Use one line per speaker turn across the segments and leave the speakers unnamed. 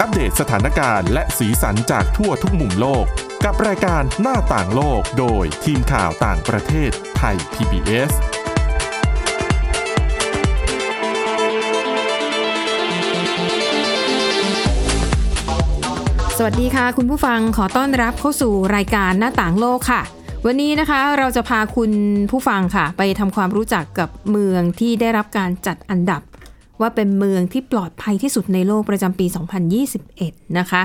อัปเดตสถานการณ์และสีสันจากทั่วทุกมุมโลก กับรายการหน้าต่างโลกโดยทีมข่าวต่างประเทศไทย PBS
สวัสดีค่ะคุณผู้ฟังขอต้อนรับเข้าสู่รายการหน้าต่างโลกค่ะ วันนี้นะคะเราจะพาคุณผู้ฟังค่ะ ไปทำความรู้จักกับเมืองที่ได้รับการจัดอันดับ ว่าเป็นเมืองที่ปลอดภัยที่สุดในโลกประจำปี 2021 นะคะ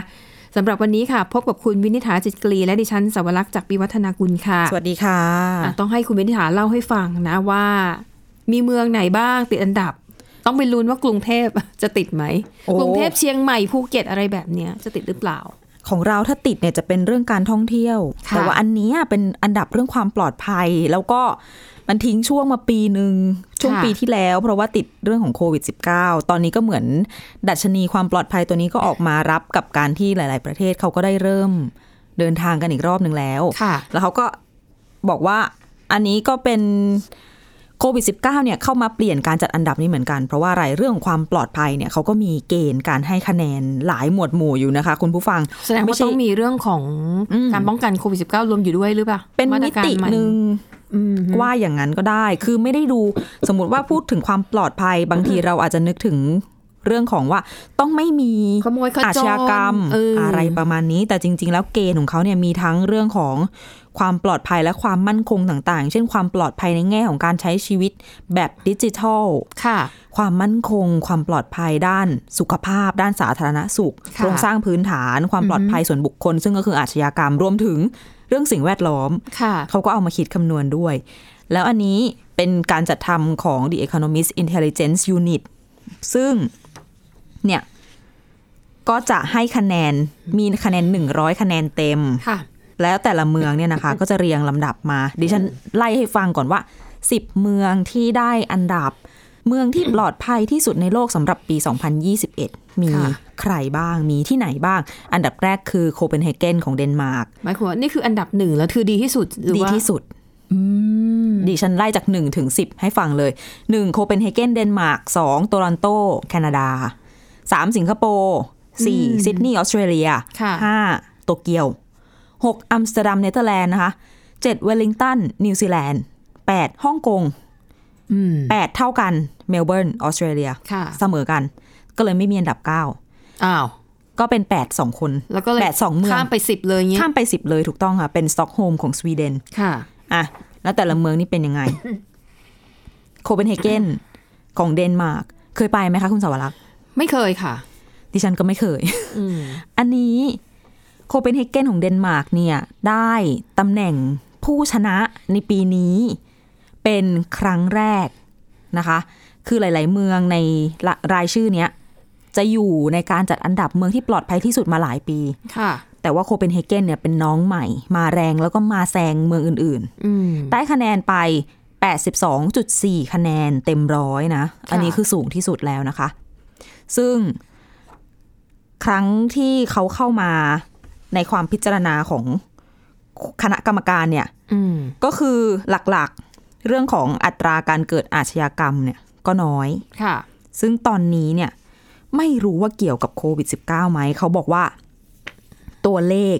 สำหรับวันนี้ค่ะ พบกับคุณวินิษฐาจิตกรีและดิฉันสวรักษ์จากปิวัฒนากุลค่ะ
สวัสดีค่ะ
อ่ะ ต้องให้คุณวินิษฐาเล่าให้ฟังนะว่า มีเมืองไหนบ้างติดอันดับ ต้องไปลุ้นว่ากรุงเทพจะติดไหม
โอ้
กรุงเทพเชียงใหม่ภูเก็ตอะไรแบบเนี้ยจะติดหรือเปล่า
ของเราถ้าติดเนี่ยจะเป็นเรื่องการท่องเที่ยว
ค่ะ
แต่ว่าอันเนี้ยเป็นอันดับเรื่องความปลอดภัย แล้วก็มันทิ้งช่วงมาปีหนึ่งช่วงปีที่แล้ว เพราะว่าติดเรื่องของโควิด -19 ตอนนี้ก็เหมือนดัชนีความปลอดภัยตัวนี้ก็ออกมารับกับการที่หลาย ๆ ประเทศเขาก็ได้เริ่มเดินทางกันอีกรอบหนึ่งแล้ว
ค่ะ
แล้วเขาก็บอกว่าอันนี้ก็เป็นโควิด -19 เนี่ยเข้ามาเปลี่ยนการจัดอันดับนี้เหมือนกัน เพราะว่าอะไรเรื่องความปลอดภัยเนี่ยเขาก็มีเกณฑ์การให้คะแนนหลายหมวดหมู่อยู่นะคะ คุณผู้ฟัง
แสดง
ไม่
ว่า
ใช่
ต้องมีเรื่องของ
อืม
การป้องกันโควิด -19 รวมอยู่ด้วยหรือเปล่า
เป็นมิ
าาร
ติ
ใ
หนึ่ง
อืม
ว่าอย่างนั้นก็ได้ คือไม่ได้ดูสมมติว่าพูดถึงความปลอดภัย บางทีเราอาจจะนึกถึงเรื่องของว่าต้องไม่มี
ขโมยข
อา
โจ
ชญากรรม
เ
อะไรประมาณนี้ แต่จริง ๆ แล้วเกณฑ์ของเขาเนี่ยมีทั้งเรื่องของความปลอดภัยและความมั่นคงต่างๆ เช่นความปลอดภัยในแง่ของการใช้ชีวิตแบบดิจิทัล
ค่ะ
ความมั่นคง ความปลอดภัยด้านสุขภาพ ด้านสาธารณสุข
ค่ะ
โครงสร้างพื้นฐาน ความปลอดภัยส่วนบุคคล ซึ่งก็คืออาชญากรรมรวมถึงเรื่องสิ่งแวดล้อม
ค่ะ
เขาก็เอามาคิดคำนวณด้วย แล้วอันนี้เป็นการจัดทำของ The Economist Intelligence Unit ซึ่งเนี่ย ก็จะให้คะแนน มีคะแนน 100 คะแนนเต็ม
ค่ะ
แล้วแต่ละเมืองเนี่ยนะคะ ก็จะเรียงลำดับมา ดิฉันไล่ให้ฟังก่อนว่า 10 เมืองที่ได้อันดับ เมืองที่ปลอดภัยที่สุดในโลกสำหรับปี 2021 มี
ค่ะ
ใครบ้าง มีที่ไหนบ้าง อันดับแรกคือโคเปนเฮเกนของเดนมาร์ก
หมายความว่านี่คืออันดับหนึ่งแล้วคือดีที่สุดหรือ
ดี
ว่า
ที่สุด ดิฉันไล่จาก 1 ถึง 10 ให้ฟังเลย 1 โคเปนเฮเกนเดนมาร์ก2โตรอนโต แคนาดา 3 สิงคโปร์4ซิดนีย์ออสเตรเลีย
ค่ะ
5โตเกียว 6 อัมสเตอร์ดัมเนเธอร์แลนด์นะคะ 7 เวลลิงตัน นิวซีแลนด์ 8 ฮ่องกง
อืม
8 เท่ากันเมลเบิร์นออสเตรเลีย
ค่ะ
เสมอกัน ก็เลยไม่มีอันดับ 9
อ้าว
ก็เป็น 8 2 คน
แล้วก็เลย
แปดสองเมือง
ข้ามไปสิบเลยเงี้ย
ข้ามไป 10 เลยถูกต้องค่ะ เป็นสต็อกโฮล์มของสวีเดน
ค่ะ
อ่ะ แล้วแต่ละเมืองนี่เป็นยังไง โคเปนเฮเกนของเดนมาร์ก เคยไปไหมคะคุณสาวรักษ์
ไม่เคยค่ะ
ดิฉันก็ไม่เคย
อืม
อันนี้โคเปนเฮเกนของเดนมาร์กเนี่ย ได้ตำแหน่งผู้ชนะในปีนี้ เป็นครั้งแรกนะคะ คือหลาย ๆ เมืองในละรายชื่อเนี้ย จะอยู่ในการจัดอันดับเมืองที่ปลอดภัยที่สุดมาหลายปี
ค่ะ
แต่ว่าโคเปนเฮเกนเนี่ยเป็นน้องใหม่ มาแรงแล้วก็มาแซงเมืองอื่น ๆ
อืม
ได้คะแนนไป 82.4 คะแนนเต็มร้อยนะ อันนี้คือสูงที่สุดแล้วนะคะ ซึ่งครั้งที่เขาเข้ามาในความพิจารณาของคณะกรรมการเนี่ย
อืม
ก็คือหลักๆเรื่องของอัตราการเกิดอาชญากรรมเนี่ยก็น้อย
ค่ะ
ซึ่งตอนนี้เนี่ยไม่รู้ว่าเกี่ยวกับโควิด -19 ไหม เขาบอกว่า ตัวเลข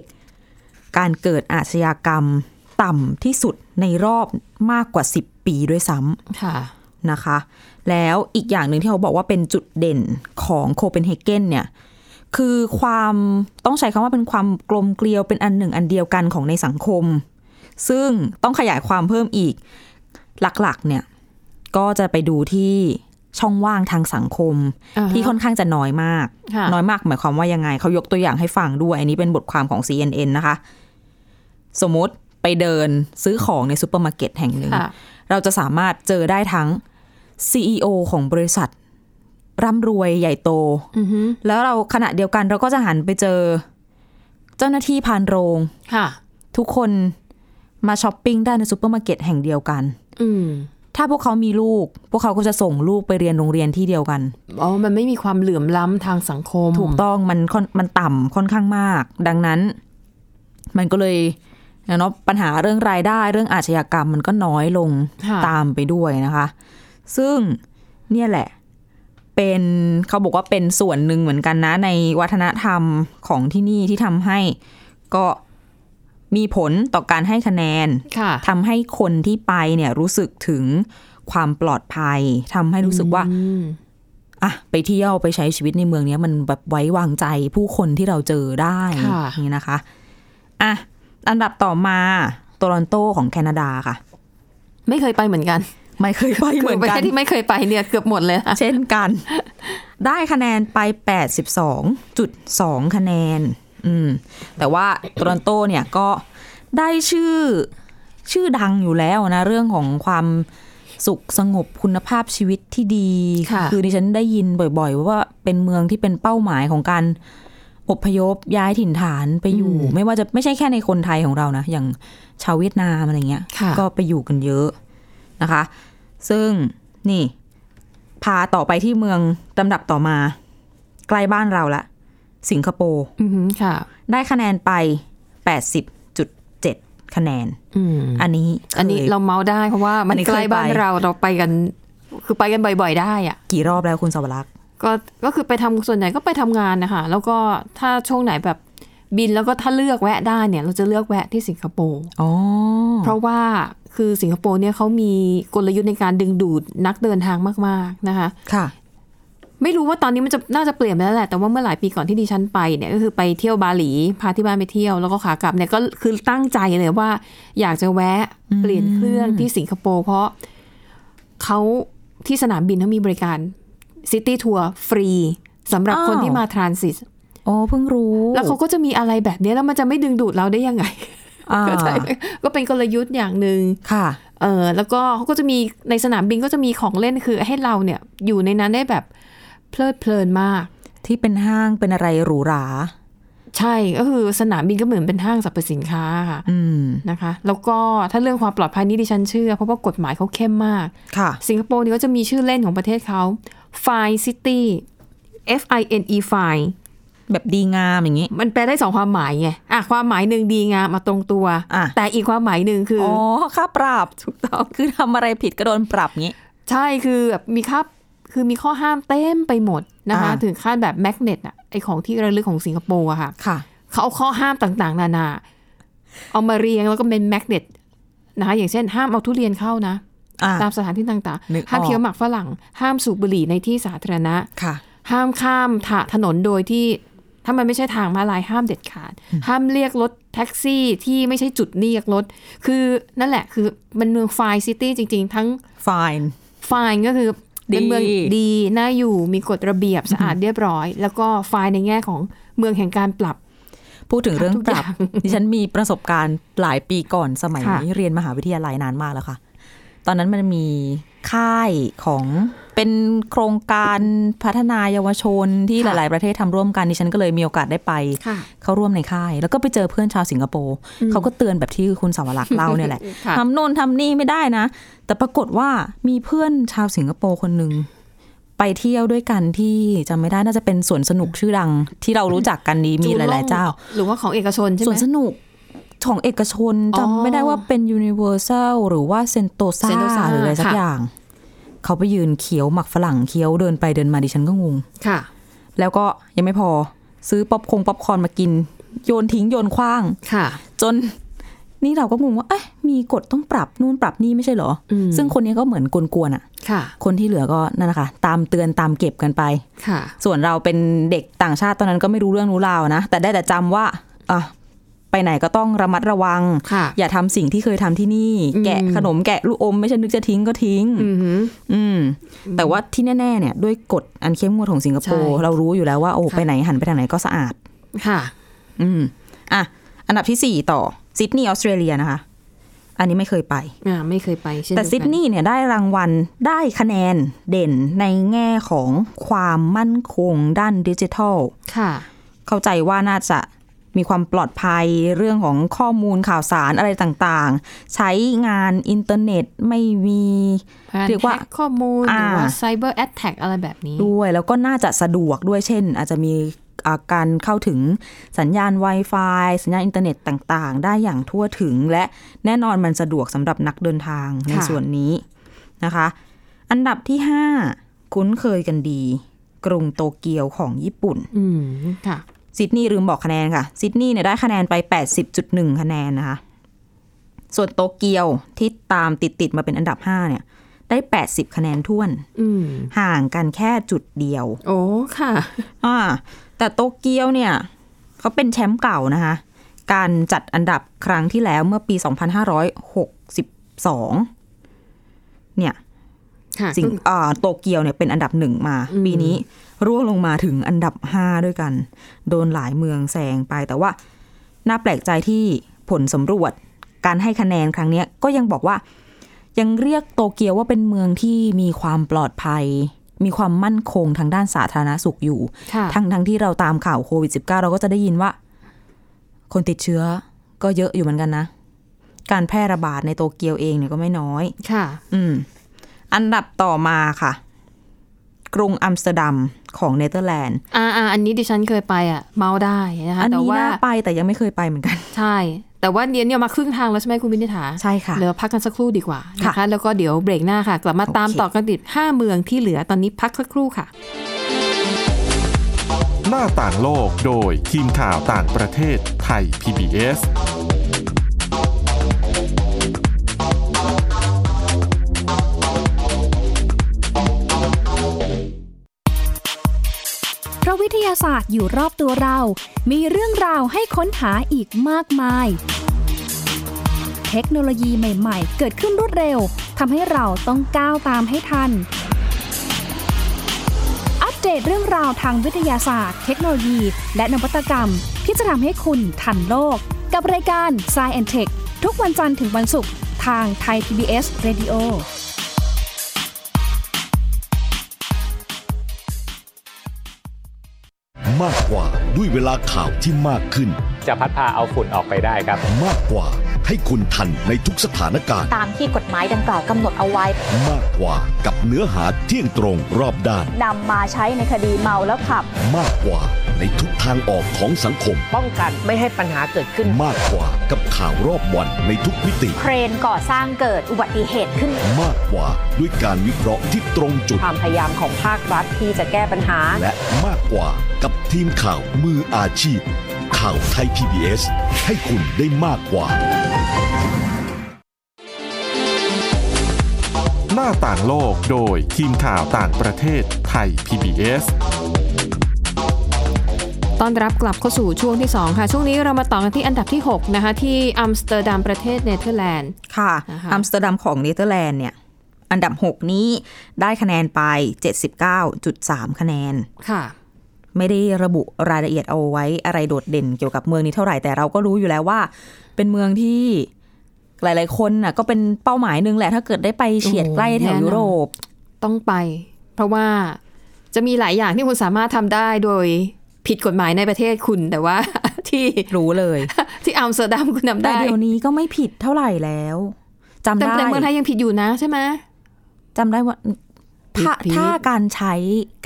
การเกิดอาชญากรรมต่ำที่สุดในรอบมากกว่า 10 ปีด้วยซ้
ค่ะ
ำนะคะ แล้วอีกอย่างหนึ่งที่เขาบอกว่าเป็นจุดเด่นของโคเปนเฮเกนเนี่ย คือความต้องใช้คำว่าเป็นความกลมเกลียวเป็นอันหนึ่งอันเดียวกันของในสังคม ซึ่งต้องขยายความเพิ่มอีกหลักๆ เนี่ย ก็จะไปดูที่ช่องว่างทางสังคม
อ่าฮะ
ที่ค่อนข้างจะน้อยมาก
ค่ะ
น้อยมากหมายความว่ายังไง เขายกตัวอย่างให้ฟังด้วย อันนี้เป็นบทความของ CNN นะคะ สมมติไปเดินซื้อของในซูเปอร์มาร์เก็ตแห่งหนึ่ง
ค่ะ
เราจะสามารถเจอได้ทั้ง CEO ของบริษัท ร่ำรวยใหญ่โต
อือฮึ
แล้วเราขณะเดียวกันเราก็จะหันไปเจอ เจ้าหน้าที่พานโรง
ค่ะ
ทุกคนมาช้อปปิ้งได้ในซูเปอร์มาร์เก็ตแห่งเดียวกัน
อืม
ถ้าพวกเขามีลูก พวกเขาก็จะส่งลูกไปเรียนโรงเรียนที่เดียวกัน
อ๋อ มันไม่มีความเหลื่อมล้ำทางสังคม
ถูกต้องมันค่อนมันต่ำค่อนข้างมาก ดังนั้น มันก็เลยเนาะปัญหาเรื่องรายได้ เรื่องอาชญากรรมมันก็น้อยลง
ค่ะ
ตามไปด้วยนะคะ ซึ่งเนี่ยแหละ เป็นเขาบอกว่าเป็นส่วนหนึ่งเหมือนกันนะ ในวัฒนธรรมของที่นี่ที่ทำให้ก็มีผลต่อการให้คะแนน
ค่ะ
ทำให้คนที่ไปเนี่ยรู้สึกถึงความปลอดภัยทำให้รู้สึกว่า
อืม
อ่ะไปเที่ยวไปใช้ชีวิตในเมืองเนี้ยมันแบบไว้วางใจผู้คนที่เราเจอได้
ค่ะ
อย่างนี่นะคะอ่ะอันดับต่อมาโตลอนโตของแคนาดาค่ะ
ไม่เคยไปเหมือนกัน
ไม่เคยไปเหมือน
ประ
กั
เท
น
ศที่ไม่เคยไปเนี่ยเกือบหมดเลยค่ะ
เช่นกัน ได้คะแนนไป 82.2 คะแนน อืม แต่ว่าโตรอนโตเนี่ยก็ได้ชื่อชื่อดังอยู่แล้วนะ เรื่องของความสุขสงบคุณภาพชีวิตที่ดี
ค่ะ
อดิฉันได้ยินบ่อยๆ ว่าเป็นเมืองที่เป็นเป้าหมายของการอพยพย้ายถิ่นฐานไปอยู่
อืม
ไม่ว่าจะไม่ใช่แค่ในคนไทยของเรานะ อย่างชาวเวียดนามอะไรเงี้ย
ค่ะ
ก็ไปอยู่กันเยอะนะคะ ซึ่งนี่ พาต่อไปที่เมืองลำดับต่อมา ใกล้บ้านเราละ สิงคโปร์
อือหือค่ะ
ได้คะแนนไป 80.7 คะแนน
อืม
อันนี้
อันนี้
คย
เราเมาส์ได้เพราะว่ามั
อั
น
นนี้
ใกล้
เคยไป
บ้านเราเราไปกัน คือไปกันบ่อย ๆ ได้อ่ะ
กี่รอบแล้วคุณสวรักษ์
ก็ก็คือไปทำส่วนใหญ่ก็ไปทำงานนะคะแล้วก็ถ้าช่วงไหนแบบบินแล้วก็ถ้าเลือกแวะได้เนี่ย เราจะเลือกแวะที่สิงคโปร์
อ๋อ
เพราะว่าคือสิงคโปร์เนี่ยเขามีกลยุทธ์ในการดึงดูดนักเดินทางมากๆนะคะ
ค่ะ
ไม่รู้ว่าตอนนี้มันจะน่าจะเปลี่ยนไปแล้วแหละ แต่ว่าเมื่อหลายปีก่อนที่ดิฉันไปเนี่ยก็คือไปเที่ยวบาหลี พาที่บ้านไปเที่ยวแล้วก็ขากลับเนี่ยก็คือตั้งใจเลยว่า อยากจะแวะเปลี่ยนเครื่องที่สิงคโปร์เพราะเขาที่สนามบินเขามีบริการซิตี้ทัวร์ฟรีสำหรับ
อ้าว
คนที่มาทรานสิต
อ๋อ เพิ่งรู้
แล้วเขาก็จะมีอะไรแบบเนี้ยแล้วมันจะไม่ดึงดูดเราได้ยังไง
อ่า
เข้าใจไหม ก็เป็นกลยุทธ์อย่างหนึ่ง
ค่ะ
เออแล้วก็เขาก็จะมีในสนามบินก็จะมีของเล่นคือให้เราเนี่ยอยู่ในนั้นได้แบบเพลิดเพลินมาก
ที่เป็นห้างเป็นอะไรหรูหรา
ใช่ก็คือสนามบินก็เหมือนเป็นห้างสรรพสินค้าค่ะ
อืม
นะคะ แล้วก็ถ้าเรื่องความปลอดภัยนี่ดิฉันเชื่อ เพราะว่ากฎหมายเขาเข้มมาก
ค่ะ
สิงคโปร์นี่ก็จะมีชื่อเล่นของประเทศเขา Fine City F I N E Fine
แบบดีงามอย่างนี้
มันแปลได้สองความหมายไงอ่ะความหมายหนึ่งดีงามมาตรงตัว
อ่ะ
แต่อีกความหมายหนึ่งคือ
อ๋อ ค่าปรับถูกต้องคือทำอะไรผิดก็โดนปรับงี้
ใช่คือแบบมีครับคือมีข้อห้ามเต็มไปหมดนะคะ
อ่า
ถึงขั้นแบบแมกเนตอะไอของที่ระลึกของสิงคโปร์อะค่ะ
ค่ะ
เขาเอาข้อห้ามต่างๆ นานา เอามาเรียงแล้วก็เป็นแมกเนตนะคะอย่างเช่น ห้ามเอาทุเรียนเข้านะ
อ่า
ตามสถานที่ต่าง
นึกออก
ๆ ห้ามเคี้ยวหมากฝรั่ง ห้ามสูบบุหรี่ในที่สาธารณะ
ค่ะ
ห้ามข้ามถถนนโดยที่ ถ้ามันไม่ใช่ทางมาลายห้ามเด็ดขาด ห้ามเรียกรถแท็กซี่ที่ไม่ใช่จุดเรียกรถ คือนั่นแหละคือมันเมืองไฟซิตี้จริง ๆ ทั้ง
fine
ไฟน์ก็คือ
ดี
เป็นเมืองดีน่าอยู่มีกฎระเบียบสะอาดเรียบร้อย แล้วก็ไฟน์ในแง่ของเมืองแห่งการปรับ
พูดถึงเรื่องปรับ
ทุกอย่าง
ดิฉันมีประสบการณ์หลายปีก่อนสมัย
ค่ะ
เรียนมหาวิทยาลัยนานมากแล้วค่ะ ตอนนั้นมันมีค่ายของเป็นโครงการพัฒนาเยาวชนที่หลาย ๆ ประเทศทำร่วมกันดิฉันก็เลยมีโอกาสได้ไป
ค่ะ
เข้าร่วมในค่าย แล้วก็ไปเจอเพื่อนชาวสิงคโปร์เขาก็เตือนแบบที่คุณสาวรักษ์เล่าเนี่ยแหละ
ค่ะ
ทำโน่นทำนี่ไม่ได้นะ แต่ปรากฏว่ามีเพื่อนชาวสิงคโปร์คนหนึ่งไปเที่ยวด้วยกันที่จำไม่ได้น่าจะเป็นสวนสนุกชื่อดัง ที่เรารู้จักกันดีมีหลาย ๆ เจ้า
หรือว่าของเอกชนใช่
ส
ไห
ว
ม
นสนุกของเอกชน
อ๋อ
จำไม่ได้ว่าเป็น Universal หรือว่าเซนโตซา
Sentosa
หรืออะไรสัก
ค่ะ
อย่าง เขาไปยืนเคี้ยวหมักฝรั่งเคี้ยวเดินไปเดินมาดิฉันก็งง
ค่ะ
แล้วก็ยังไม่พอซื้อป๊อปคงป๊อปคอร์นมากิน โยนทิ้งโยนขว้าง
ค่ะ
จน นี่เราก็งงว่าเอ๊ะมีกฎต้องปรับนู่นปรับนี่ไม่ใช่เหรอ
อืม
ซึ่งคนนี้ก็เหมือนกวนๆอ่ะ
ค่ะ
คนที่เหลือก็นั่นนะคะตามเตือนตามเก็บกันไป
ค่ะ
ส่วนเราเป็นเด็กต่างชาติตอนนั้นก็ไม่รู้เรื่องรู้ราวนะ แต่ได้แต่จำว่าอ่ะไปไหนก็ต้องระมัดระวัง
ค่ะ
อย่าทำสิ่งที่เคยทำที่นี่
อืม
แกะขนมแกะลูกอม ไม่ใช่นึกจะทิ้งก็ทิ้ง
อือหือ
อืม แต่ว่าที่แน่ๆเนี่ยด้วยกฎอันเข้มงวดของสิงคโปร์
ใช่
เรารู้อยู่แล้วว่าโอ้
ค่ะ
ไปไหนหันไปทางไหนก็สะอาด
ค่ะ
อืมอ่ะอันดับที่สี่ต่อซิดนีย์ออสเตรเลียนะคะ อันนี้ไม่เคยไป
อ่าไม่เคยไปเช่น
แต่
เยวกั
ซิดนีย์เนี่ยได้รางวัลได้คะแนนเด่นในแง่ของความมั่นคงด้านดิจิทัล
ค่ะ
เข้าใจว่าน่าจะมีความปลอดภัยเรื่องของข้อมูลข่าวสารอะไรต่างๆ ใช้งานอินเทอร์เน็ตไม่มี เรี
เรี
ย
ย
ก
ก
ว่า
ว่าข้อมูล หรือว่า
อ่า
ไซเบอร์แอ c แท็กอะไรแบบนี้
ด้วย แล้วก็น่าจะสะดวกด้วยเช่น อาจจะมีอ่าการเข้าถึงสัญญาณ Wi-Fi สัญญาณอินเทอร์เน็ตต่างๆ ได้อย่างทั่วถึง และแน่นอนมันสะดวกสำหรับนักเดินทางใน
ค่ะ
ส่วนนี้นะคะ อันดับที่ 5 คุ้นเคยกันดี กรุงโตเกียวของญี่ปุ่น
อืมค่ะ
ซิดนีย์ลืมบอกคะแนนค่ะ ซิดนีย์เนี่ยได้คะแนนไป 80.1 คะแนนนะคะ ส่วนโตเกียวที่ตามติดติดๆมาเป็นอันดับ 5 เนี่ย ได้ 80 คะแนนท้วน
อืม
ห่างกันแค่จุดเดียว
โอ้ค่ะ
อ่าแต่โตเกียวเนี่ยเขาเป็นแชมป์เก่านะคะ การจัดอันดับครั้งที่แล้วเมื่อปี 2562 เนี่ย
ค่ะ
สิงอ่าโตเกียวเนี่ยเป็นอันดับหนึ่งมา
อืม
ปีนี้ร่วงลงมาถึงอันดับ 5 ด้วยกัน โดนหลายเมืองแซงไปแต่ว่า น่าแปลกใจที่ผลสำรวจการให้คะแนนครั้งเนี้ยก็ยังบอกว่า ยังเรียกโตเกียวว่าเป็นเมืองที่มีความปลอดภัย มีความมั่นคงทางด้านสาธารณสุขอยู่
ค่ะ
ทั้งทั้งที่เราตามข่าวโควิด -19 เราก็จะได้ยินว่า คนติดเชื้อก็เยอะอยู่เหมือนกันนะ การแพร่ระบาดในโตเกียวเองเนี่ยก็ไม่น้อย
ค่ะ
อืม อันดับต่อมาค่ะ กรุงอัมสเตอร์ดัมของเนเธอร์แลนด์
อ่าอ่าอันนี้ดิฉันเคยไปอ่ะ เมาได้นะคะ
อัน
แต่
นี้
ว่า
น่าไปแต่ยังไม่เคยไปเหมือนกัน
ใช่ แต่ว่าเดียนเนี่ยมาครึ่งทางแล้วใช่ไหมคุณวินิษฐา
ใช่ค่ะ
เดี๋ยวพักกันสักครู่ดีกว่านะ
ค่ะ
คะ แล้วก็เดี๋ยวเบรกหน้าค่ะ กลับมาตาม
โอเค
ต่อกันติด 5 เมืองที่เหลือตอนนี้พักสักครู่ค่ะ
หน้าต่างโลกโดยทีมข่าวต่างประเทศไทย PBS
เพราะวิทยาศาสตร์อยู่รอบตัวเรา มีเรื่องราวให้ค้นหาอีกมากมาย เทคโนโลยีใหม่ ๆ เกิดขึ้นรวดเร็ว ทำให้เราต้องก้าวตามให้ทัน อัปเดตเรื่องราวทางวิทยาศาสตร์ เทคโนโลยี และนวัตกรรม ที่จะทำให้คุณทันโลก กับรายการ s c i e n t e c h ทุกวันจันทร์ถึงวันศุกร์ทางไทย PBS Radio
มากกว่าด้วยเวลาข่าวที่มากขึ้น
จะพัดพาเอาฝุ่นออกไปได้ครับ
มากกว่าให้คุณทันในทุกสถานการณ์
ตามที่กฎหมายดังกล่าวกำหนดเอาไว้
มากกว่ากับเนื้อหาเที่ยงตรงรอบด้าน
นำมาใช้ในคดีเมาแล้วขับ
มากกว่าในทุกทางออกของสังคม
ป้องกันไม่ให้ปัญหาเกิดขึ้น
มากกว่ากับข่าวรอบวันในทุกมิติ
เครนก่อสร้างเกิดอุบัติเหตุขึ้น
มากกว่าด้วยการวิเคราะห์ที่ตรงจุด
ความพยายามของภาครัฐที่จะแก้ปัญหา
และมากกว่ากับทีมข่าวมืออาชีพ ข่าวไทย PBS ให้คุณได้มากกว่า
หน้าต่างโลกโดยทีมข่าวต่างประเทศไทย PBS
ต้อนรับกลับเข้าสู่ช่วงที่ 2 ค่ะ ช่วงนี้เรามาต่อกันที่อันดับที่ 6 นะคะ ที่อัมสเตอร์ดัมประเทศเนเธอร์แลนด์
ค่ะ
นะคะ
อัมสเตอร์ดัมของเนเธอร์แลนด์เนี่ย อันดับ 6 นี้ได้คะแนนไป 79.3 คะแนน
ค่ะ
ไม่ได้ระบุรายละเอียดเอาไว้อะไรโดดเด่นเกี่ยวกับเมืองนี้เท่าไหร่แต่เราก็รู้อยู่แล้วว่า เป็นเมืองที่หลาย ๆ คนน่ะก็เป็นเป้าหมายหนึ่งแหละ ถ้าเกิดได้ไปเฉียดใกล้แถว
โอ้โหแน่นอน
ยุโรป
ต้องไป เพราะว่าจะมีหลายอย่างที่คุณสามารถทำได้โดยผิดกฎหมายในประเทศคุณแต่ว่า ที่
รู้เลย
ที่อัมสเตอร์ดัมคุณทำ
แต่
ได้
เดี๋ยวนี้ก็ไม่ผิดเท่าไหร่แล้วจำ
แต่
ได้
แต่เมืองไทยยังผิดอยู่นะใช่ไหม
จำได้ว่าถ้า
ผิดผิด
ถ้าการใช้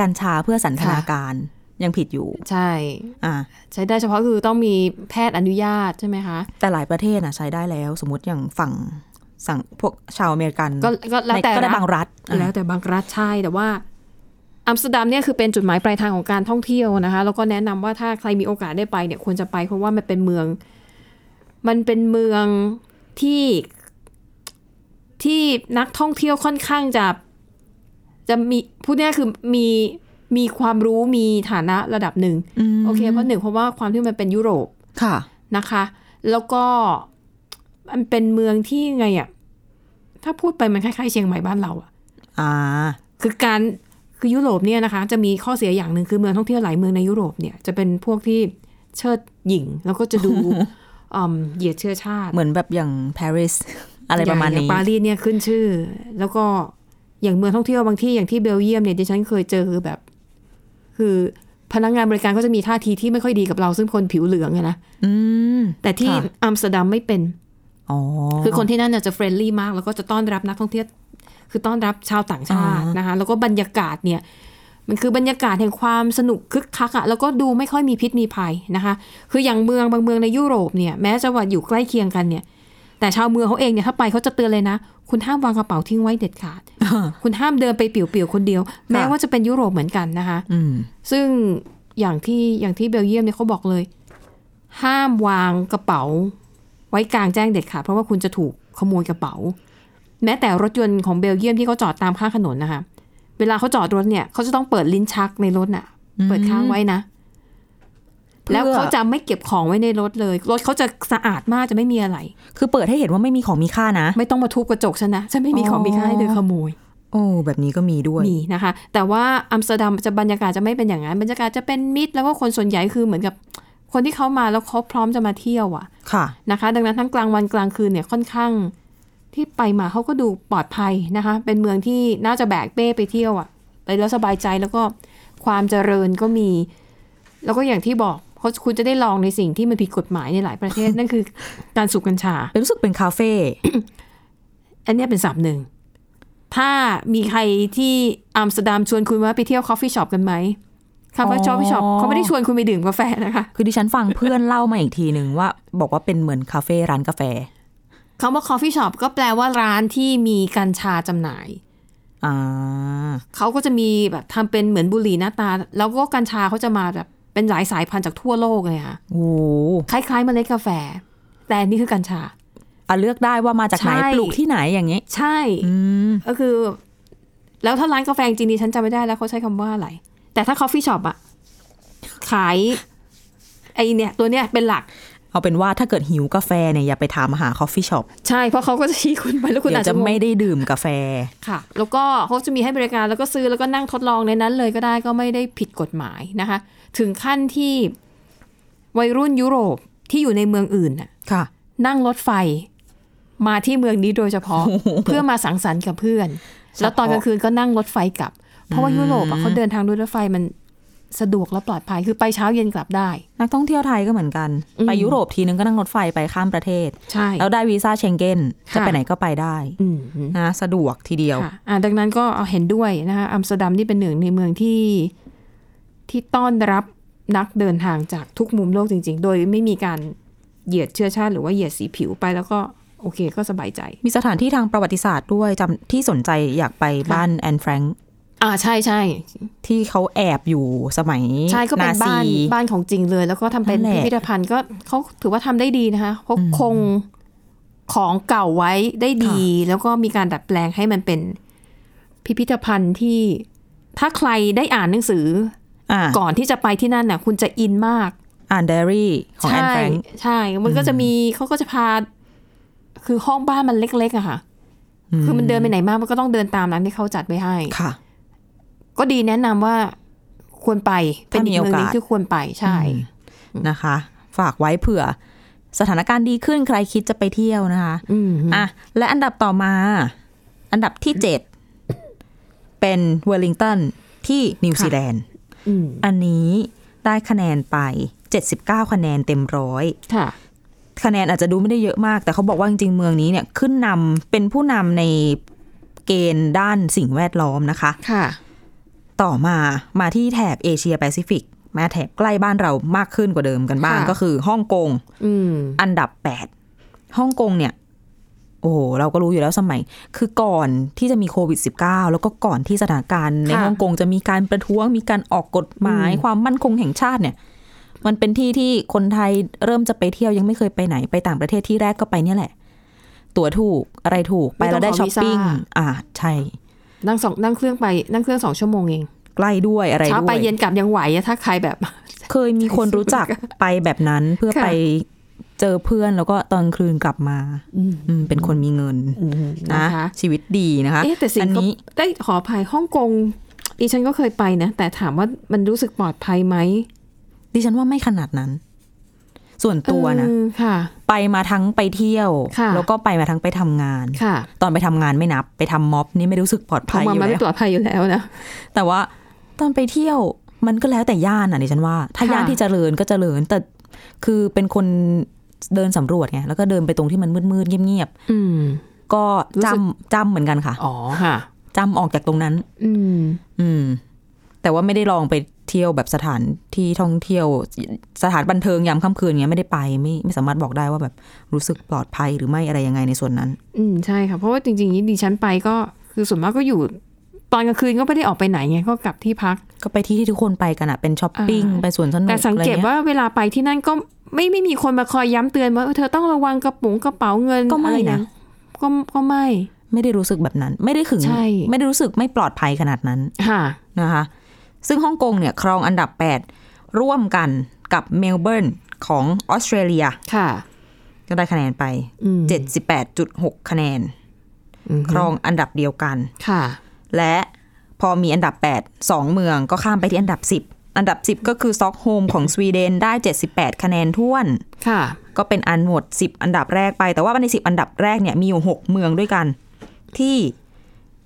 กัญชาเพื่อสันทนา
ค่ะ
การยังผิดอยู่
ใช่
อ่า
ใช้ได้เฉพาะคือต้องมีแพทย์อนุญาตใช่ไหมคะ
แต่หลายประเทศนะใช้ได้แล้ว สมมติอย่างฝั่งสั่งพวกชาวอเมริกัน
ก็ก็แล้วแต่
ในก็ได้
นะ
บางรัฐอ่ะ
แล้วแต่บางรัฐใช่แต่ว่าอัมสเตอร์ดัมเนี่ยคือเป็นจุดหมายปลายทางของการท่องเที่ยวนะคะ แล้วก็แนะนำว่าถ้าใครมีโอกาสได้ไปเนี่ยควรจะไปเพราะว่ามันเป็นเมือง มันเป็นเมืองที่ที่นักท่องเที่ยวค่อนข้างจะจะมีพูดง่ายๆคือมีมีความรู้มีฐานะระดับหนึ่ง
อืม
โอเคเพราะหนึ่งเพราะว่าความที่มันเป็นยุโรป
ค่ะ
นะคะ แล้วก็มันเป็นเมืองที่ไงอะถ้าพูดไปมันคล้ายๆเชียงใหม่บ้านเราอะ
อ่า
คือการคือยุโรปเนี่ยนะคะ จะมีข้อเสียอย่างหนึ่งคือเมืองท่องเที่ยวหลายเมืองในยุโรปเนี่ยจะเป็นพวกที่เชิดหยิ่ง แล้วก็จะ ดู อืมเหยียดเชื้อชาติ
เหมือนแบบอย่างปารีส อะไรประมาณ
อย่ง
นี้
ปารีสเนี่ยขึ้นชื่อ แล้วก็อย่างเมืองท่องเที่ยวบางที่อย่างที่เบลเยียมเนี่ยดิฉันเคยเจอคือแบบ คือพนักงานบริการก็จะมีท่าทีที่ไม่ค่อยดีกับเราซึ่งคนผิวเหลืองอะนะ
อืม
แต่ที่
ค่ะ
อัมสเตอร์ดัมไม่เป็น
อ๋อ
คือคนที่นั่นเนี่ยจะเฟรนลี่มาก แล้วก็จะต้อนรับนักท่องเที่ยวคือต้อนรับชาวต่างชาติ
อ่าน
นะคะ แล้วก็บรรยากาศเนี่ย มันคือบรรยากาศแห่งความสนุกคึกคักอะแล้วก็ดูไม่ค่อยมีพิษมีภัยนะคะ คืออย่างเมืองบางเมืองในยุโรปเนี่ยแม้จะว่าอยู่ใกล้เคียงกันเนี่ย แต่ แต่ชาวเมืองเขาเองเนี่ยถ้าไปเขาจะเตือนเลยนะ คุณห้ามวางกระเป๋าทิ้งไว้เด็ดขาด คุณห้ามเดินไปเปี่ยวๆคนเดียว แม้ว่าจะเป็นยุโรปเหมือนกันนะคะ
อืม
ซึ่งอย่างที่อย่างที่เบลเยียมเนี่ยเขาบอกเลย ห้ามวางกระเป๋า ไว้กลางแจ้งเด็ดขาดเพราะว่าคุณจะถูกขโมยกระเป๋า แม้แต่รถยนต์ของเบลเยียมที่เขาจอดตามข้างถนนนะคะเวลาเขาจอดรถเนี่ยเขาจะต้องเปิดลิ้นชักในรถน่ะ เปิดค้างไว้นะ
เพื่อ
แล้วเขาจะไม่เก็บของไว้ในรถเลย รถเขาจะสะอาดมากจะไม่มีอะไร
คือเปิดให้เห็นว่าไม่มีของมีค่านะ
ไม่ต้องมาทุบกระจกฉันนะฉันไม่มีของมีค่าให้เธอขโมย
โอ้ แบบนี้ก็มีด้วย
มีนะคะ แต่ว่าอัมสเตอร์ดัมจะบรรยากาศจะไม่เป็นอย่างนั้นบรรยากาศจะเป็นมิตรแล้วก็คนส่วนใหญ่คือเหมือนกับคนที่เขามาแล้วเขาพร้อมจะมาเที่ยวอะ
ค่ะ
นะคะ ดังนั้นทั้งกลางวันกลางคืนเนี่ยค่อนข้างที่ไปมาเขาก็ดูปลอดภัยนะคะ เป็นเมืองที่น่าจะแบกเป้ไปเที่ยวอะไปแล้วสบายใจแล้วก็ความเจริญก็มี แล้วก็อย่างที่บอกเขาคุณจะได้ลองในสิ่งที่มันผิดกฎหมายในหลายประเทศ นั่นคือการสูบกัญชา
เป็นรู้สึกเป็นคาเฟ่
อันเนี้ยเป็นศัพท์หนึ่ง ถ้ามีใครที่อัมสเตอร์ดัมชวนคุณว่าไปเที่ยวคอฟฟี่ช็อปกันไหมคำว่าค
อ๋อ
อฟฟี่ช็อปเขาไม่ได้ชวนคุณไปดื่มกาแฟนะคะ
คือดิฉันฟังเพื่อนเล่ามาอีกทีหนึ่งว่า บอกว่าเป็นเหมือนคาเฟ่ร้านกาแฟ
คำว่าคอฟฟี่ช็อปก็แปลว่าร้านที่มีกัญชาจำหน่าย
อ่า
เขาก็จะมีแบบทำเป็นเหมือนบุหรี่หน้าตา แล้วก็กัญชาเขาจะมาแบบเป็นหลายสายพันธุ์จากทั่วโลกเลยค่ะ
โอ้
คล้ายๆเมล็ดกาแฟ แต่อันนี่คือกัญชา
อะเลือกได้ว่ามาจากไหน
ใช่
ปลูกที่ไหนอย่างนี้
ใช่
อืม
ก็คือ แล้วถ้าร้านกาแฟจริงๆดิฉันจำไม่ได้แล้วเขาใช้คำว่าอะไร แต่ถ้าคอฟฟี่ช็อปอะขายไอเนี่ย ตัวเนี้ยเป็นหลัก
เอาเป็นว่าถ้าเกิดหิวกาแฟเนี่ยอย่าไปถามหาคอฟฟี่ช็อป
ใช่เพราะเขาก็จะชี้คุณไปแล้วคุณ
เดี๋ย
อาจ
วจะ
จะงง
ไม่ได้ดื่มกาแฟ
ค่ะ แล้วก็เขาจะมีให้บริการแล้วก็ซื้อแล้วก็นั่งทดลองในนั้นเลยก็ได้ก็ไม่ได้ผิดกฎหมายนะคะ ถึงขั้นที่วัยรุ่นยุโรปที่อยู่ในเมืองอื่นน่ะ
ค่ะ
นั่งรถไฟมาที่เมืองนี้โดยเฉพา ะ เพื่อมาสังสรรค์กับเพื่อน แล้วตอนกลางคืนก็นั่งรถไฟกลับ เพราะว่ายุโรปอะเขาเดินทางด้วยรถไฟมันสะดวกและปลอดภัยคือไปเช้าเย็นกลับได้
นักท่องเที่ยวไทยก็เหมือนกัน
อืม
ไปยุโรปทีนึงก็นั่งรถไฟไปข้ามประเทศ
ใช่
แล้วได้วีซ่าเชงเก้น
ค่ะ
จะไปไหนก็ไปได้
อืม
นะสะดวกทีเดียว
ค่ะอ่ะดังนั้นก็เอาเห็นด้วยนะคะอัมสเตอร์ดัมนี่เป็นหนึ่งในเมืองที่ที่ต้อนรับนักเดินทางจากทุกมุมโลกจริง ๆ โดยไม่มีการเหยียดเชื้อชาติ หรือว่าเหยียดสีผิวไปแล้วก็โอเคก็สบายใจ
มีสถานที่ทางประวัติศาสตร์ด้วยจำที่สนใจอยากไปบ้านแอนแฟรงค์
อ่าใช่ใช่
ที่เขาแอบอยู่สมัย
ใช่ก็เป็นบ้าน
ซี
บ้านของจริงเลย แล้วก็ทำเป็น
นั่นแห
พิ
ละ
พิธภัณฑ์ก็เขาถือว่าทำได้ดีนะคะเขาคงของเก่าไว้ได้ดี แล้วก็มีการดัดแปลงให้มันเป็นพิพิธภัณฑ์ที่ถ้าใครได้อ่านหนังสือ
อ่า
อก่อนที่จะไปที่นั่นน่ะ คุณจะอินมาก
อ่านไดอารี่ของแอน
ใช่
แฟรงค์
ใช่ มันก็จะมีเขาก็จะพา คือห้องบ้านมันเล็กๆอะค่ะ คือมันเดินไปไหนมากมันก็ต้องเดินตามร้านที่เขาจัดไว้ให้
ค่ะ
ก็ดีแนะนำว่าควรไปเป็นอีก
ถ้ามีโอ
เมืองห
กาส
นึงที่ควรไปใช่
นะคะ ฝากไว้เผื่อ สถานการณ์ดีขึ้นใครคิดจะไปเที่ยวนะคะ
อืม
อ่ะ และอันดับต่อมา อันดับที่ 7 เป็นเวลลิงตันที่นิวซีแลนด์
อืม
อันนี้ได้คะแนนไป 79 คะแนนเต็มร้อย
ค่ะ
คะแนนอาจจะดูไม่ได้เยอะมาก แต่เขาบอกว่าจริงๆ เมืองนี้เนี่ยขึ้นนำเป็นผู้นำในเกณฑ์ด้านสิ่งแวดล้อมนะคะ
ค่ะ
ต่อมามาที่แถบเอเชียแปซิฟิกมาแถบใกล้บ้านเรามากขึ้นกว่าเดิมกันบ้าง
ค่ะ
ก็คือฮ่องกง
อืม
อันดับ 8ฮ่องกงเนี่ย โอ้โหเราก็รู้อยู่แล้วสมัย คือก่อนที่จะมีโควิด -19 แล้วก็ก่อนที่สถานการณ์ใน
ค่ะ
ฮ่องกงจะมีการประท้วง มีการออกกฎหมาย
อืม
ความมั่นคงแห่งชาติเนี่ย มันเป็นที่ที่คนไทยเริ่มจะไปเที่ยวยังไม่เคยไปไหน ไปต่างประเทศที่แรกก็ไปเนี่ยแหละ ตั๋วถูกอะไรถูกไปแล้วได้ช้อปปิ้ง อ่าใช่
นั่งสองนั่งเครื่องไปนั่งเครื่องสองชั่วโมงเอง
ใกล้ด้วยอะไรด้วย
เช้าไปเย็นกลับยังไหวอะถ้าใครแบบ
เคยมีคนรู้จักไปแบบนั้นเพื่อ
ค่ะ
ไปเจอเพื่อนแล้วก็ตอนคืนกลับมาอืมเป็นคนมีเงินนะ
นะคะ
ชีวิตดีนะคะ
เอ๊ะแต่สิง
อัน
คโป
นี้
ร์ได้ขออภัยฮ่องกงดิฉันก็เคยไปนะ แต่ถามว่ามันรู้สึกปลอดภัยไหม
ดิฉันว่าไม่ขนาดนั้น ส่วนตัวนะ
เออค่ะ
ไปมาทั้งไปเที่ยว
ค่ะ
แล้วก็ไปมาทั้งไปทำงาน
ค่ะ
ตอนไปทำงานไม่นับ ไปทำม็อบนี่ไม่รู้สึกปลอด
ขอ
ภั
ง
ยอ
มา
ยู่
มัน
แล้
ไม่
ว
ปลอดภัยอยู่แล้วนะ
แต่ว่าตอนไปเที่ยวมันก็แล้วแต่ย่านอ่ะดิฉันว่า ถ้า
ค่ะ
ย่านที่เจริญก็เจริญ แต่คือเป็นคนเดินสำรวจไงแล้วก็เดินไปตรงที่มันมืดๆเงียบๆ
อืม
ก็
รู้สึก
จำจำเหมือนกันค่ะ
อ๋อค่ะ
จำออกจากตรงนั้น
อืม
อืม แต่ว่าไม่ได้ลองไป เที่ยวแบบสถานที่ท่องเที่ยว สถานบันเทิงยามค่ำคืนเงี้ยไม่ได้ไปไม่ไม่สามารถบอกได้ว่าแบบรู้สึกปลอดภัยหรือไม่อะไรยังไงในส่วนนั้น
อืมใช่ค่ะ เพราะว่าจริงๆนี่ดิฉันไปก็คือส่วนมากก็อยู่ ตอนกลางคืนก็ไม่ได้ออกไปไหนไงก็กลับที่พัก
ก็ไปที่ที่ทุกคนไปกันอะเป็นช้อปปิ้ง
อ่า
ไปสวนสนุก
แต่สังเกต
อะไรย
ว่าเวลาไปที่นั่นก็ไม่ไม่มีคนมาคอยย้ำเตือนว่าเออเธอต้องระวังกระป๋องกระเป๋าเงิน
ก็ไม่
อร
นะ
ก็ก็ไม่
ไม่ได้รู้สึกแบบนั้น ไม่ได้ถึง
ใช่
ไม่ได้รู้สึกไม่ปลอดภัยขนาดนั้น
ค่ะ
นะคะซึ่งฮ่องกงเนี่ยครองอันดับ 8 ร่วมกันกับเมลเบิร์นของออสเตรเลีย
ค่ะ
ก็ได้คะแนนไป
อืม
78.6 คะแนน
อืม
ครองอันดับเดียวกัน
ค่ะ
และพอมีอันดับ 8 2 เมืองก็ข้ามไปที่อันดับ 10 อันดับ 10 ก็คือซอกโฮมของสวีเดนได้ 78 คะแนนท้วน
ค่ะ
ก็เป็นอันหมด 10 อันดับแรกไป แต่ว่าใน 10 อันดับแรกเนี่ยมีอยู่ 6 เมืองด้วยกัน ที่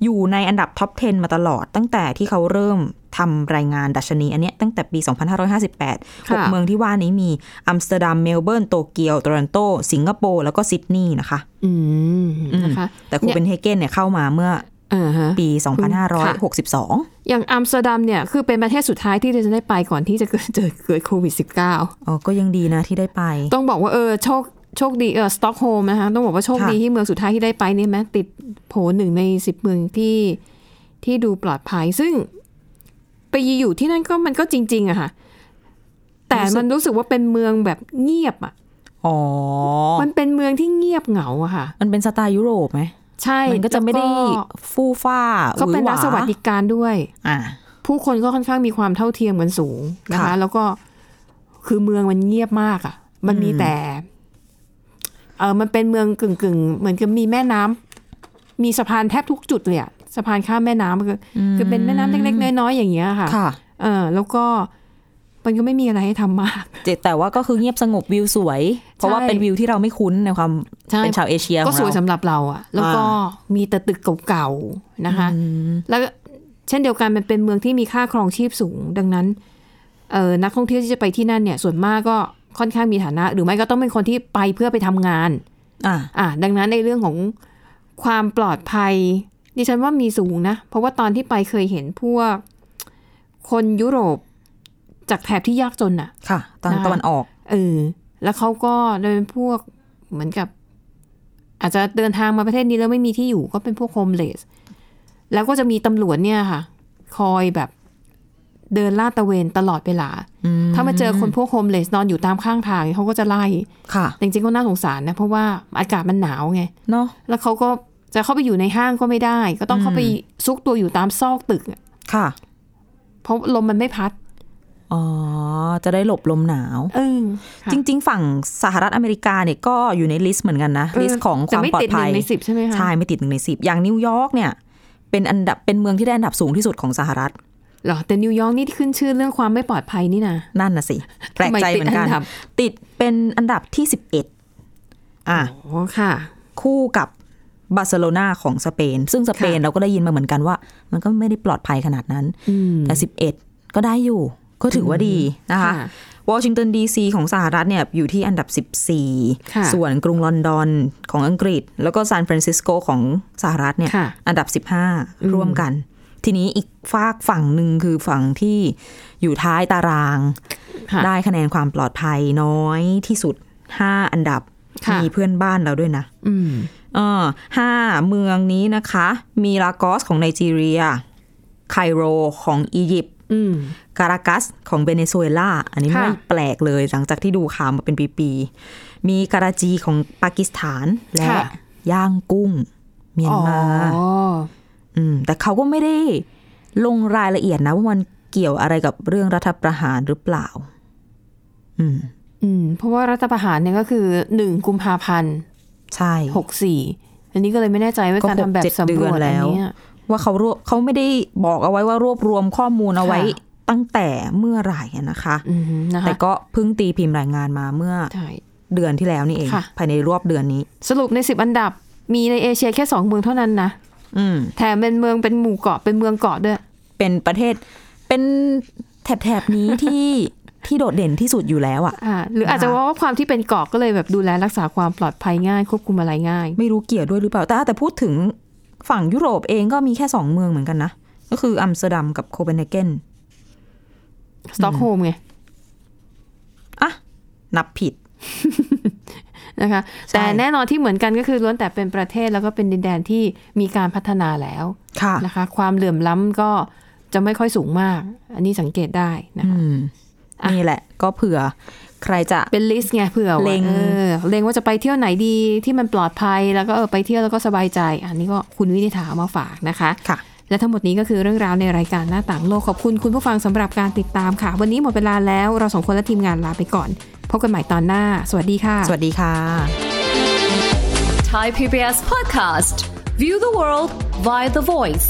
อยู่ในอันดับท็อป 10 มาตลอด ตั้งแต่ที่เขาเริ่มทำรายงานดัชนีอันเนี้ยตั้งแต่ปี 2558
ค่ะ
6 เมืองที่ว่านี้มีอัมสเตอร์ดัมเมลเบิร์นโตเกียวโตรอนโต สิงคโปร์ แล้วก็ซิดนีย์นะคะ
อืมนะคะ
อืมแต่โคเปนเฮเกนเนี่ยเข้ามาเมื่อ
อ่าฮะ
ปี
ค่ะ
2562
อย่างอัมสเตอร์ดัมเนี่ยคือเป็นประเทศสุดท้ายที่ดิฉันได้ไปก่อนที่จะเกิดเจอเกิดโควิด -19
อ๋อก็ยังดีนะที่ได้ไป
ต้องบอกว่าเออโชคโชคดีเออสต็อกโฮมนะคะต้องบอกว่าโชค
ค่ะ
ดีที่เมืองสุดท้ายที่ได้ไปเนี่ยแม้ติดโผหนึ่งในสิบเมืองที่ที่ดูปลอดภัย ซึ่งไปอยู่ที่นั่นก็มันก็จริง ๆอะค่ะ แต่มันรู้สึกว่าเป็นเมืองแบบเงียบอะ
อ๋อ
มันเป็นเมืองที่เงียบเหงาอะค่ะ
มันเป็นสไตล์ยุโรปไหม
ใช่
มันก็จะไม่ได้ฟู่ฟ้า
แล้วก็ก็
หวื
เป็
อน ห
รั
วา
ฐสวัสดิการด้วย
อ่า
ผู้คนก็ค่อนข้างมีความเท่าเทียมกันสูงนะคะ
ค่ะ
แล้วก็คือเมืองมันเงียบมากอะ่ะ มันมีแต่เออมันเป็นเมืองกึ่งกึ่งๆเหมือนกับมีแม่น้ำมีสะพานแทบทุกจุดเลยอะสะพานข้ามแม่น้ำก็คือเป็นแม่น้ำเล็กๆน้อยๆอย่างเงี้ยค่ะ
ค่ะ
เออแล้วก็มันก็ไม่มีอะไรให้ทำมาก
แต่แต่ว่าก็คือเงียบสงบวิวสวย เพราะว่าเป็นวิวที่เราไม่คุ้นในความ
ใช่
เป็นชาวเอเชียข
ก็
อง
สวย
เรา
สำหรับเราอะแล้วก็
อ่
มีแต่ตึกเก่าๆนะคะ แล้วก็เช่นเดียวกันมันเป็นเมืองที่มีค่าครองชีพสูง ดังนั้นเออนักท่องเที่ยวที่จะไปที่นั่นเนี่ย ส่วนมากก็ค่อนข้างมีฐานะ หรือไม่ก็ต้องเป็นคนที่ไปเพื่อไปทำงาน
อ่ะ
อ่ะดังนั้นในเรื่องของความปลอดภัย ดิฉันว่ามีสูงนะ เพราะว่าตอนที่ไปเคยเห็นพวกคนยุโรปจากแถบที่ยากจนอะ
ค่ะ ตอน
นะคะ
ตะวันออก
เออแล้วเขาก็เป็นพวกเหมือนกับ อาจจะเดินทางมาประเทศนี้แล้วไม่มีที่อยู่ก็เป็นพวกโฮมเลส แล้วก็จะมีตำรวจเนี่ยค่ะ คอยแบบเดินลาดตระเวนตลอดเวลา ถ้ามาเจอคนพวกโฮมเลสนอนอยู่ตามข้างทางเขาก็จะไล่
ค่ะ
แต่จริงๆก็น่าสงสารนะ เพราะว่าอากาศมันหนาวไง
เนาะ
แล้วเขาก็จะเข้าไปอยู่ในห้างก็ไม่ได้ ก็ต้องเข้าไปซุกตัวอยู่ตามซอกตึกอะ
ค่ะ
เพราะลมมันไม่พัด
อ๋อจะได้หลบลมหนาว
เออค่ะ
จริง ๆ ฝั่งสหรัฐอเมริกาเนี่ยก็อยู่ในลิสต์เหมือนกันนะ ลิสต์ของค
แต่
วาม
ไม่
ปลอ
ติ
ด
ดห
ภั
นึ่
ย
งในสิบใช่ไหมคะ
ใช่ไม่ติดหนึ่งในสิบอย่างนิวยอร์กเนี่ย เป็นอันดับเป็นเมืองที่ได้อันดับสูงที่สุดของสหรัฐ
เหรอแต่นิวยอร์กนี่ขึ้นชื่อเรื่องความไม่ปลอดภัยนี่นะ
นั่น น่ะสิแปลกใจเหมือนกัน
ทำไมติดอันดับ
ติดเป็นอันดับที่สิบเอ็ดอ่ะ
โอ้ค่ะ
คู่กับบาร์เซโลนาของสเปน ซึ่งสเปน
ค่ะ
เราก็ได้ยินมาเหมือนกันว่า มันก็ไม่ได้ปลอดภัยขนาดนั้น
อืม
แต่ 11 ก็ได้อยู่ ก็ถือว่าดีนะคะ
ค่ะ
วอชิงตันดีซีของสหรัฐเนี่ยอยู่ที่อันดับ
ค่ะ
14 ส่วนกรุงลอนดอนของอังกฤษ แล้วก็ซานฟรานซิสโกของสหรัฐเนี่ย
ค่ะ
อันดับ 15 ร่วมกัน ทีนี้อีกฝากฝั่งหนึ่งคือฝั่งที่อยู่ท้ายตาราง
ค่ะ
ได้คะแนนความปลอดภัยน้อยที่สุด 5 อันดับ
ค่ะ
มีเพื่อนบ้านเราด้วยนะ
อืม
เออห้าเมืองนี้นะคะ มีลากอสของไนจีเรีย ไคโรของอียิปต์
อืม
การากัสของเบเนซุเอลาอันนี้
ค่ะ
ไม่แปลกเลยหลังจากที่ดูข่าวมาเป็นปีๆมีการาจีของปากีสถาน และย่างกุ้งเมียนมา
อ๋อ
มแต่เขาก็ไม่ได้ลงรายละเอียดนะว่ามันเกี่ยวอะไรกับเรื่องรัฐประหารหรือเปล่า อืม
อืม เพราะว่ารัฐประหารเนี่ยก็คือหนึ่งกุมภาพันธ์
ใช่
หกสี่อันนี้ก็เลยไม่แน่ใจว่า
ก็
การ
ครบ
ทำแบบ
เจ็ด
สำรวจ
เดือนแล้
อัน
ว
เนี้ย
ว่าเขารวบเขาไม่ได้บอกเอาไว้ว่ารวบรวมข้อมูลเอาไว้
ค่ะ
ตั้งแต่เมื่อไหร่อะนะคะ
อืมนะ
แต่
คะ
ก็เพิ่งตีพิมพ์รายงานมาเมื่อ
ใช่
เดือนที่แล้วนี่เอง
ค่ะ
ภายในรอบเดือนนี้
สรุปในสิบอันดับมีในเอเชียแค่สองเมืองเท่านั้นนะ
อืม
แถมเป็นเมืองเป็นหมู่เกาะเป็นเมืองเกาะด้วย
เป็นประเทศเป็นแถบแถบๆนี้ ที่ ที่โดดเด่นที่สุดอยู่แล้วอะ
อ่า หรืออาจจะว่าความที่เป็นเกาะก็เลยแบบดูแลรักษาความปลอดภัยง่าย ควบคุมอะไรง่าย
ไม่รู้เกี่ยวด้วยหรือเปล่า แต่แต่พูดถึงฝั่งยุโรปเองก็มีแค่สองเมืองเหมือนกันนะ ก็คืออัมสเตอร์ดัมกับโคเปนเฮเกน
สตอกโฮล์มไง
อ่ะนับผิด
นะคะ
ใช่
แต่แน่นอนที่เหมือนกันก็คือล้วนแต่เป็นประเทศแล้วก็เป็นดินแดนที่มีการพัฒนาแล้ว
ค่ะ
นะคะความเหลื่อมล้ำก็จะไม่ค่อยสูงมาก อันนี้สังเกตได้นะคะ
อืม
อ่ะ
นี่แหละก็เผื่อใครจะ
เป็นลิสต์ไงเผื่อ
เล็
ว่าง เออเล็งว่าจะไปเที่ยวไหนดีที่มันปลอดภัยแล้วก็เออไปเที่ยวแล้วก็สบายใจ อันนี้ก็คุณวินิถาเอามาฝากนะคะ
ค่ะ
และทั้งหมดนี้ก็คือเรื่องราวในรายการหน้าต่างโลกขอบคุณคุณผู้ฟังสำหรับการติดตามค่ะ วันนี้หมดเวลาแล้วเราสองคนและทีมงานลาไปก่อนพบกันใหม่ตอนหน้า สวัสดีค่ะ
สวัสดีค่ะ
Thai PBS podcast. View the world via the voice.